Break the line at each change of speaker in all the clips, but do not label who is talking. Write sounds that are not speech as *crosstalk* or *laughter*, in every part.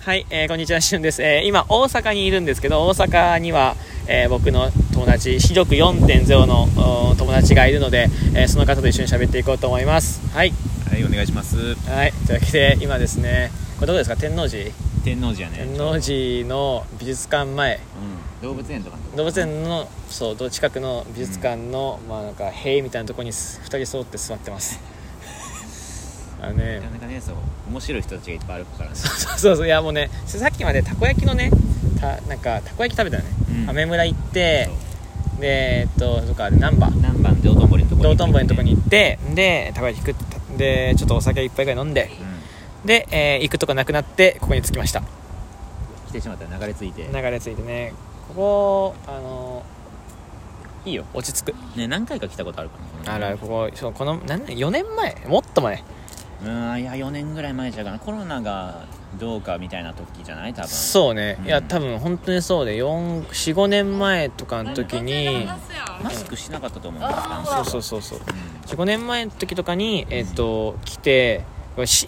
はい、えー、こんにちは、しゅんです。えー、今、大阪にいるんですけど、大阪には、えー、僕の友達、視力4.0の友達がいるので、えー、その方と一緒に喋っていこうと思います。はい。
はい、お願いします。
はい、というわけで、今ですね、これどこですか、天王寺
天王寺やね。
天王寺の美術館前。
うん、動物園とか
動物園の、そう、近くの美術館の、うん、まあなんか、塀みたいなところに2人揃って座ってます。 *laughs*
あのねなかなかねそう面白い人たちがいっぱいあるからね
そう *laughs* そうそういやもうねさっきまでたこ焼きのねたなんかたこ焼き食べたよね、うん、雨村行ってでえっととか難波
難波の道頓堀のとこ
道頓堀のとこに行ってでたこ焼き食ってでちょっとお酒一杯ぐらい飲んで、うん、で、えー、行くとこなくなってここに着きました
来てしまったら流れ着いて
流れ着いてねここあのいいよ落ち着く
ね何回か来たことあるかな
あらここそうこの何4年前もっと前
うんいや4年ぐらい前じゃかなコロナがどうかみたいな時じゃない多分
そうね、うん、いや多分本当にそうで45年前とかの時に
マスクしなかったと思う
そうそうそうそう、うん、45年前の時とかにえっ、ー、と、うん、来て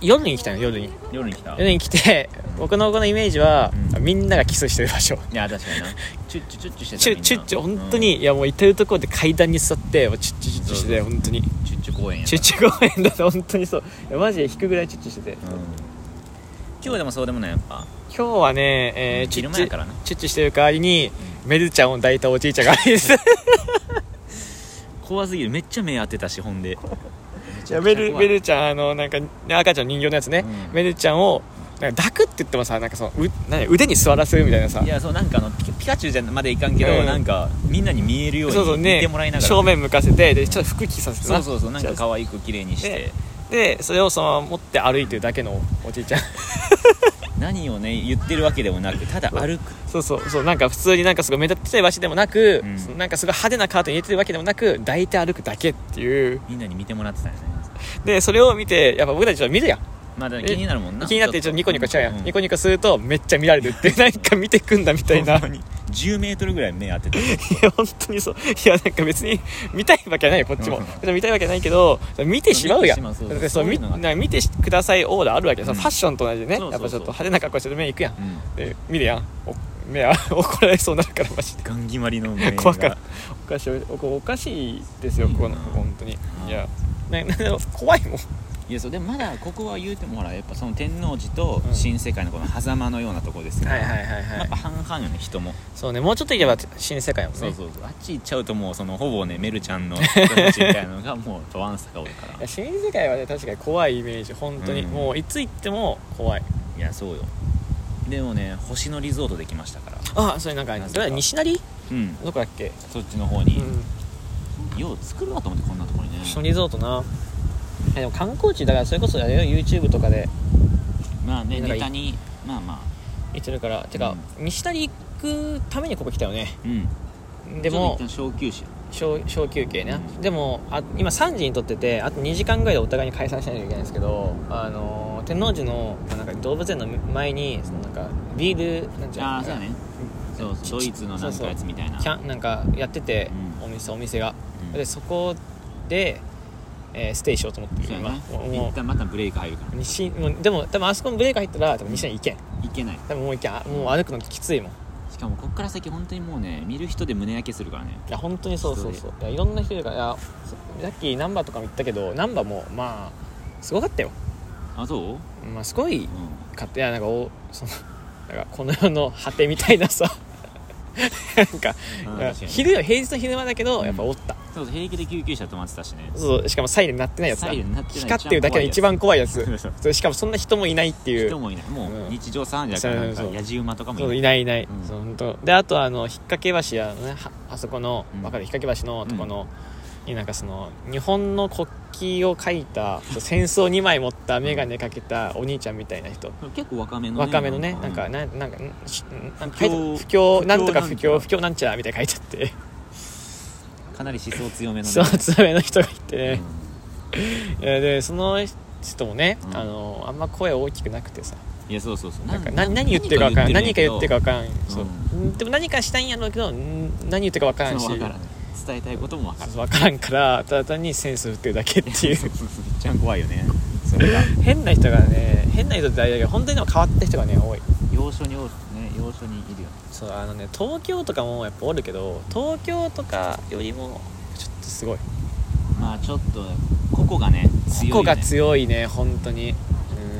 夜に来たの夜に
夜に来た
夜に来て僕のこのイメージは、うん、みんながキスしてる場所
いや確かになチュッチュチュッチュしてた
チュッチュッチュ本当に、うん、いやもう至る所で階段に座ってチュッチュチュッチュしてて本当に
チュッチュ公園や
チュッチュ公園だと本当にそうマジで引くぐらいチュッチュしてて、うん、
今日でもそうでもないやっぱ
今日はね、えー、チュッチュチュッチュしてる代わりに、めるちゃんを抱いたおじいちゃんがいいです
怖すぎるめっちゃ目当てたしほんで
いやめるめるちゃんあのなんか赤ちゃん人形のやつね、うん、めるちゃんをなんか抱くって言ってもさなんかそのうな腕に座らせるみたいなさ
いやそうなんかあのピカチュウじゃまでいかんけど、うん、なんかみんなに見えるようにそうそう、ね、見てもらいながら、ね、
正面向かせてでちょっと服着させて
そうそうそうなんか可愛く綺麗にして
でそれをその持って歩いてるだけのおじいちゃん
何をね言ってるわけでもなくただ歩く
そうそうそうなんか普通になんかすごい目立ってたい場所でもなく、うん、なんかすごい派手なカートに入れてるわけでもなく抱いて歩くだけっていう
みんなに見てもらってたよね
でそれを見てやっぱ僕たちは見るやん
まあ、気になるもんな
気になってちょっとニコニコしちゃうやん、うん、ニコニコするとめっちゃ見られる
*laughs*
って何か見てくんだみたいな
1 0ルぐらい目当ててい
や本当にそういやなんか別に見たいわけはないよこっちも見たいわけないけど見てしまうやん見てくださいオーラあるわけさ、うん、ファッションと同じでねやっぱちょっと派手な格好してる目いくやん、うん、で見るやん目は *laughs* 怒られそうになるからマジで
ガン決まりの目が
怖かおかしいおかしいですよここの本当にいやなな怖いもん
いやそうでもまだここは言うてもほらやっぱその天王寺と新世界のこの狭間のようなとこですから、ね、うん、はいはいはい、はい、やっぱ半々よね人も
そうねもうちょっと行けば新世界もね
そうそうそうあっち行っちゃうともうそのほぼねメルちゃん *laughs* の人たちみたいなのがもうドワンスが多いから
新世界はね確かに怖いイメージ本当に、うん、もういつ行っても怖い
いやそうよでもね星野リゾートできましたから
あそれなんかそれ西成
うん
どこだっけ
そっちの方に、うん、よう作るなと思ってこんなところにね
星野リゾートなでも観光地だからそれこそあれよ YouTube とかで
まあねネタにまあまあ
行ってるからてか、うん、西成行くためにここ来たよね
うん
でも
小休止
小小休憩ね、うん、でもあ今3時にとっててあと2時間ぐらいでお互いに解散しないといけないんですけど、あのー、天王寺のなんか動物園の前にそのなんかビールなんちゃ
うあそうねそうドイツのなんかやつみたいな
そうなんかやってて、うん、お店お店が、でそこでえー、ステイしようと思ってる
今、ね、一旦またブレーク入るから
西もうでも多分あそこのブレーク入ったら多分西に行けん
行けない
多分もう行けんもう歩くのきついもん
しかもこっから先本当にもうね見る人で胸焼けするからね
いや本当にそうそうそういやいろんな人いるからいやさっき難波とかも言ったけど難波もまあすごかったよ
あそう
まあすごいかって、うん、いやなんかおそのなんかこの世の果てみたいなさなんか昼よ平日の昼間だけど、やっぱおった、
うん、そう平気で救急車止まってたしね
そうしかもサイレン鳴ってないやつだ光ってるだけの一番怖いやつそうしかもそんな人もいないっていう
人もいないもう日常さんじゃなくてやじ馬とかも
いないいないいない、うん、そう本当であとあの引っ掛け橋やねあそこの、うん、分かる引っ掛け橋のとこの、うん、なんかその日本の国旗を書いた戦争2枚持った眼鏡かけたお兄ちゃんみたいな人
結構若めの
ね若めのねなんか、うん、なんなんか不況なんとか不況不況なんちゃらみたいな書いてあって
かなり思想強め
*laughs*
の、
ね、思想強めの人がいてね、うん、でその人もね、うん、あのあんま声大きくなくてさ
いやそうそうそう
なんか何何言ってるか分からん何か言ってるか分からん、うん、でも何かしたいんやろうけど何言ってるか分からんし
伝えたいことも分からん
分からんからただ単にセンス振ってるだけっていう
めっちゃ怖いよね
変な人がね変な人ってあれだけど本当にでも変わった人がね多い
要所におるね要所にいるよね
そうあのね東京とかもやっぱおるけど東京とかよりもちょっとすごい
まあちょっとここがね強いね
個が強いね本当に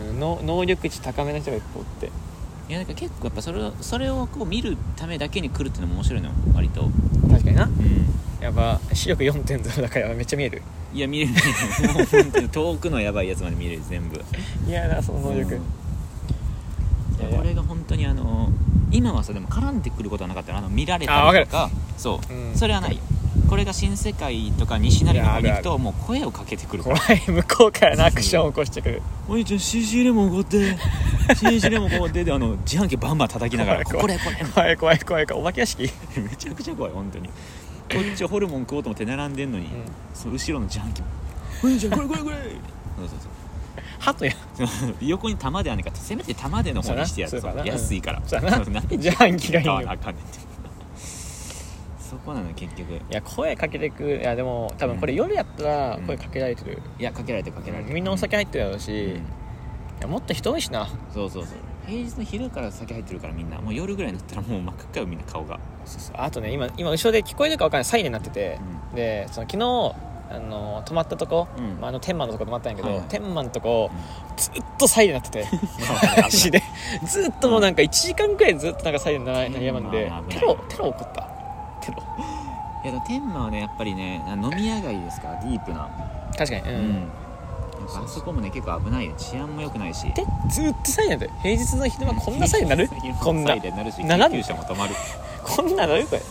うんの能力値高めの人がいっぱいおって
いやなんか結構やっぱそれをそれをこう見るためだけに来るっていうのも面白いのよ割と
確かにな
うん
やっぱ視力4.0だからめっちゃ見える
いや見れる見れるもう本当に遠くのやばいやつまで見れる全部
いやなその能力、
うん
いやいや
これが本当にあの今はさでも絡んでくることはなかったよあの見られ
あわか
たり
る
とかそう、
うん
それはないよこれが新世界とか西成の方に
いやあるあ
行く
る
ともう声をかけてくるか
怖
ら
い向こうからのアクションを起こしてくる
「お兄ちゃん CC レモンおごって
*laughs*
CC レモンおごって」であの自販機バンバン叩きながら「こ
怖
れこれ」
怖い怖い怖い怖いお化け屋敷、
めちゃくちゃ怖い本当にこっちはホルモン食おうと思って並んでんのに、
うん、
その後ろの自
*laughs*
販機も「お兄ちゃんこれこれこれ」そうそうそう
鳩や
*laughs* 横に玉ではねんからせめて玉での方にしてやる
そうやな
そう安いから
そうやな
そう *laughs* なんで
自販機がいいよ
ああかんねんってそこなの結局
いや声かけてくいやでも多分これ夜やったら声かけられてる、
いやかけられてるかけられてる
みんなお酒入ってるやろうし、
うん
いやもっと人多いしな
そうそうそう平日の昼から酒入ってるからみんなもう夜ぐらいになったらもう真っ赤っかよみんな顔が
あとね今今後ろで聞こえるか分かんないサイレンになってて、 *laughs* でその昨日あの泊まったとこ、
うん
まあ、あの天満のとこ泊まったんやけど、
はいはい
天満のとこ、
う
ずっとサイレンなっててマジでずっともうなんか1時間くらいずっとなんかサイレンな鳴りやまんで
天満は危な
テ
い
ロテロ起こったテロ
いやでも天満はねやっぱりねあ飲み屋街ですからディープな
確かにう、
うんやっぱあそこもね結構危ないよ治安も良くないし
でずっとサイレンだって平日の昼間こんなサイレン
*laughs*
なるこ
こ
ん
ん
な
なでなるし
ならん
救急車も止まる
こんななるこれ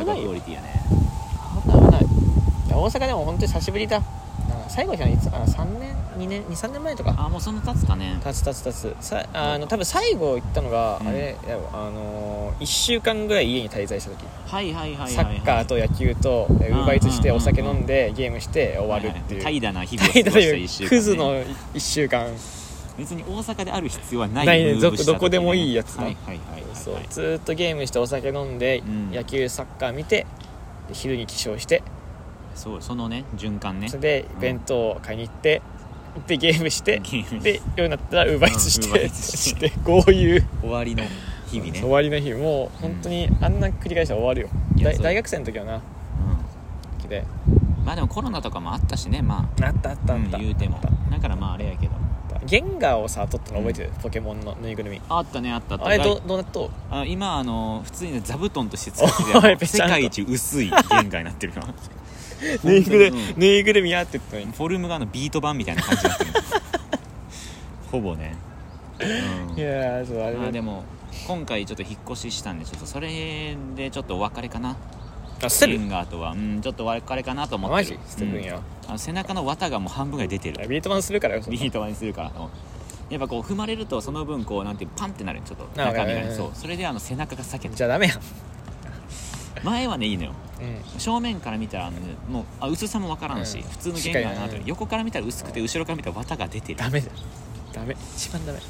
危ないよ
クオリティやね
危ない危ないいや大阪でも本当に久しぶりだなんか最後じゃないいつかな3年2年23年前とか
あもうそんな経つかね
たつたつたつさあの多分最後行ったのが、
うん
あれやばあのー、1週間ぐらい家に滞在した時、
はいはいはいはいはい
サッカーと野球とウ
ん
ーバーイーツして
うん
お酒飲んでゲームして終わるっていう
はいはい怠惰な日々を過
怠
ご
惰
し
という
た一週間、ね、
クズの1週間
別に大阪である必要はない
ないね
ムーブした
どどこでもいいやつな
はいはいはいはいはい
そうずーっとゲームしてお酒飲んで、
ん
野球サッカー見てで昼に起床して
そうそのね循環ね
それで
うん
弁当を買いに行ってでゲーム
*laughs*
して
ゲーム
で夜になったらウーバーイーツし
うん Uber
て
Eats
し
して
豪遊
終わりの日々ね
終わりの日もう本当にあんな繰り返したら終わるよ
いや
大
そう
大学生の時はな時で
うんまあでもコロナとかもあったしねま
あったあっ
あ、
たあっ
うん
た
言うてもだからまああれやけど
ゲンガーをさ取ったの覚えてるポケモンのぬいぐるみ
あったねあったあった
あれどどうなっとう
あ今あの普通に座布団として使って *laughs*
おい
てあの
ぺち
世
ゃんと
界一薄い弦がになってる *laughs* よ
ぬいぐる
本当にうん
ぬいぐるみやって言ったのに
フォルムがあのビート版みたいな感じになってる *laughs* ほぼね、うん
いやーそうあれ
まあ
だ
でも今回ちょっと引っ越ししたんでちょっとそれでちょっとお別れかな
あ捨て
シ
る
ンガーとはうんちょっとお別れかなと思
あ
って
マ
る
ジ捨てるんや、
うんあの背中の綿がもう半分ぐらい出て
いや
る
ビートマンするからよそん
ビ
な
ート版にするからうんやっぱこう踏まれるとその分こうなんていうパンってなるちょっと
あ
中身
うんうん
が
う
ね
ん
そうそれであの背中が裂け
じ
て
ゃあダメやん、
前はねいいのよ
うん
正面から見たらあのねもうあ薄さもわからんし、
うん
普通の弦がな
しっかりね
横から見たら薄くて後ろから見たら綿が出てる
ダメだダメ一番ダメま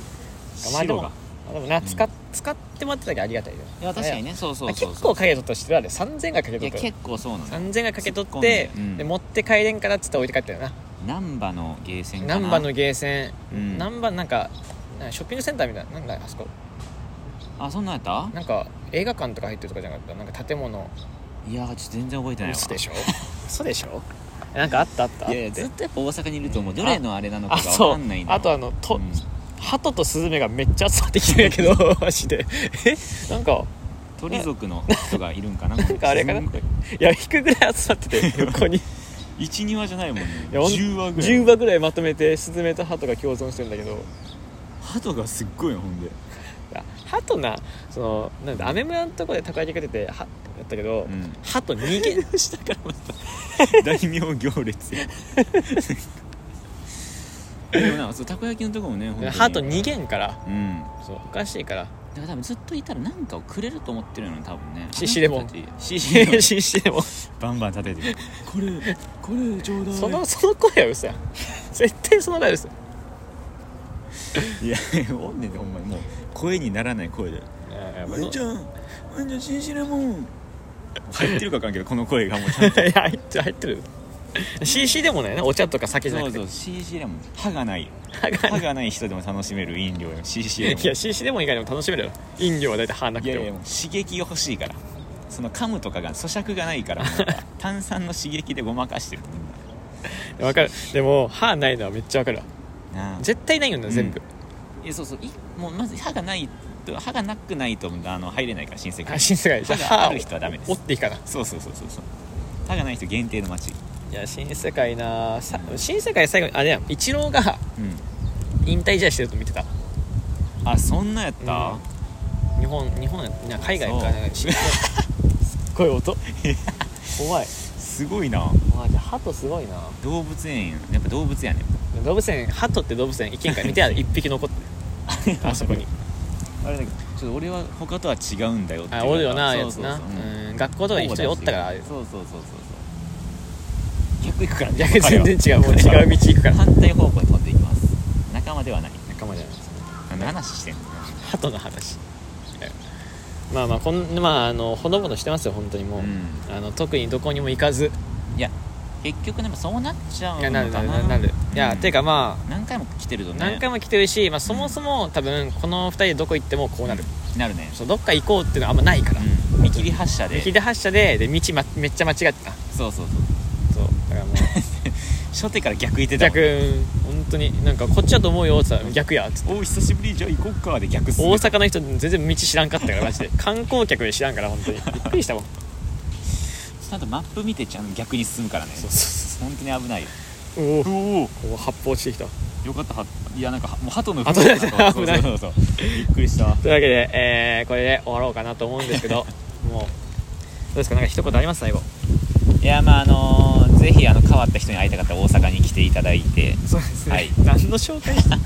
あで
白
も
が
あでもな、
ん
使っ使ってもらってたけどありがたいよ
いや確かにねそうそう
あ
そう
結
そ
構
う
かけとったしてるあれ3000円がかけ
い
と
や
ったよ
結構そうなの
3000円がかけと
突
っ
っ込ん
て
でうん
で持って帰れんからっつって置いて帰ったよな
難波のゲーセンかな
難波のゲーセン
うん
難波なんかなんかショッピングセンターみたいななんだあそこ
あそんなんやった
なんか映画館とか入ってるとかじゃなかったなんか建物
いやーちょっと全然覚えてないわ
嘘でしょ嘘でしょなんかあったあった
いやいやずっとやっぱ大阪にいるともうどれのあれなのか
あ
が
そ
分か
うん
ないんだ
あとあのと、
うん
鳩とスズメがめっちゃ集まってきてるんやけどマジでえなんか
鳥族の人がいるんか
*laughs*
な
なんかあれかなないや引くぐらい集まっててここに
12話じゃないもんね
いやほん
10話ぐら
10
い
羽ぐらいまとめてスズメとハトが共存してるんだけど
鳩がすっごいよほんで
あハトなそのなんだアメ村のとこでたこ焼き食っててはやったけど、 *laughs*
ん
ハト逃
*laughs*
げ
下からまた大名行
*laughs*
列やでもなそうたこ焼きのとこもね本当に
ハト逃げんから
うん
そうおかしいから
だから多分ずっといたら何かをくれると思ってるよね多分ね
ししレモン
あの人たちししレモン
信じても
*laughs* バンバン立ててるこれこれちょうだい
そのその声は嘘や絶対その声は嘘や
いやおんねんでほんまにもう声にならない声で「ワンちゃん *laughs* ワンちゃんししレモン」入ってるかわかんないけどこの声がもうちゃんと
いや入って入ってる CC でもないねお茶とか酒じゃな
そう
くて
そう、CC でも歯がない。
歯が
歯がない人でも楽しめる飲料よ、CC でも。
いや CC でも以外でも楽しめるよ飲料は大体歯なくて
いや
も
いやもう刺激が欲しいからその噛むとかが咀嚼がないから *laughs* 炭酸の刺激でごまかしてるみん
わかるでも歯ないのはめっちゃわかるわ
ななあ
絶対ないよな全部、
えそうそういもうまず歯がないと歯がなくないとあの入れないから新世界
あ新世界じゃ
歯が
歯
あ
を
る人はダメです
折っていいかな
そうそうそうそうそう歯がない人限定の街
いや新世界なさ新世界最後にあれやんイチローが
うん
引退試合してると見てた
あそんなやった、
うん日本日本いや海外か
そう
なんか新世界すっごい音 *laughs* 怖い
すごいな
あじゃあハトすごいな
動物園ややっぱ動物園やね
動物園ハトって動物園一見から見てある一匹残ってる *laughs* あそこに
あれだけどちょっと俺は他とは違うんだよって
あおるよな
そ
や
う
つ
そうそう
な
うん
うん学校とかに一人おったからあれ
そうそうそうそうそう逆行くから
逆に全然違うもう
*laughs* 彼は
違う道行くから
反対方向に飛んでいきます仲間ではない
仲間じゃない
何の話してんの
鳩の話まあまあこんまああのほのぼのしてますよ本当にもう、
うん
あの特にどこにも行かず
いや結局でもそうなっちゃう
い
のか
や
な
なるなるなるなるいや、ていうかまあ
何回も来てるとね
何回も来てるし、まあ、そもそも多分この2人でどこ行ってもこうなる、
なるね、
そうどっか行こうっていうのはあんまないから、
うん、見切り発車で
見切り発車でで道、ま、めっちゃ間違ってた
そうそうそう
そうだからも *laughs* う
初手から逆行ってたもん
逆本当になんかこっちだと思うよって言ったら逆やっつって
お久しぶりじゃあ行こっかで逆す
大阪の人全然道知らんかったからマジ *laughs* で観光客で知らんから本当にびっくり *laughs* したもん
ちゃんとマップ見てちゃんと逆に進むからね
そうそ
本当に危ないよ
うおお
おお
こう発砲してきた
よかったはいやなんかもう鳩の
鳩だ
そうそう
危ない
そうそうびっくりした
というわけで、えーこれで終わろうかなと思うんですけど *laughs* もうどうですかなんか一言あります最後
いやまああのーぜひあの変わった人に会いたかったら大阪に来ていただいて
そうです
ね
何の紹介した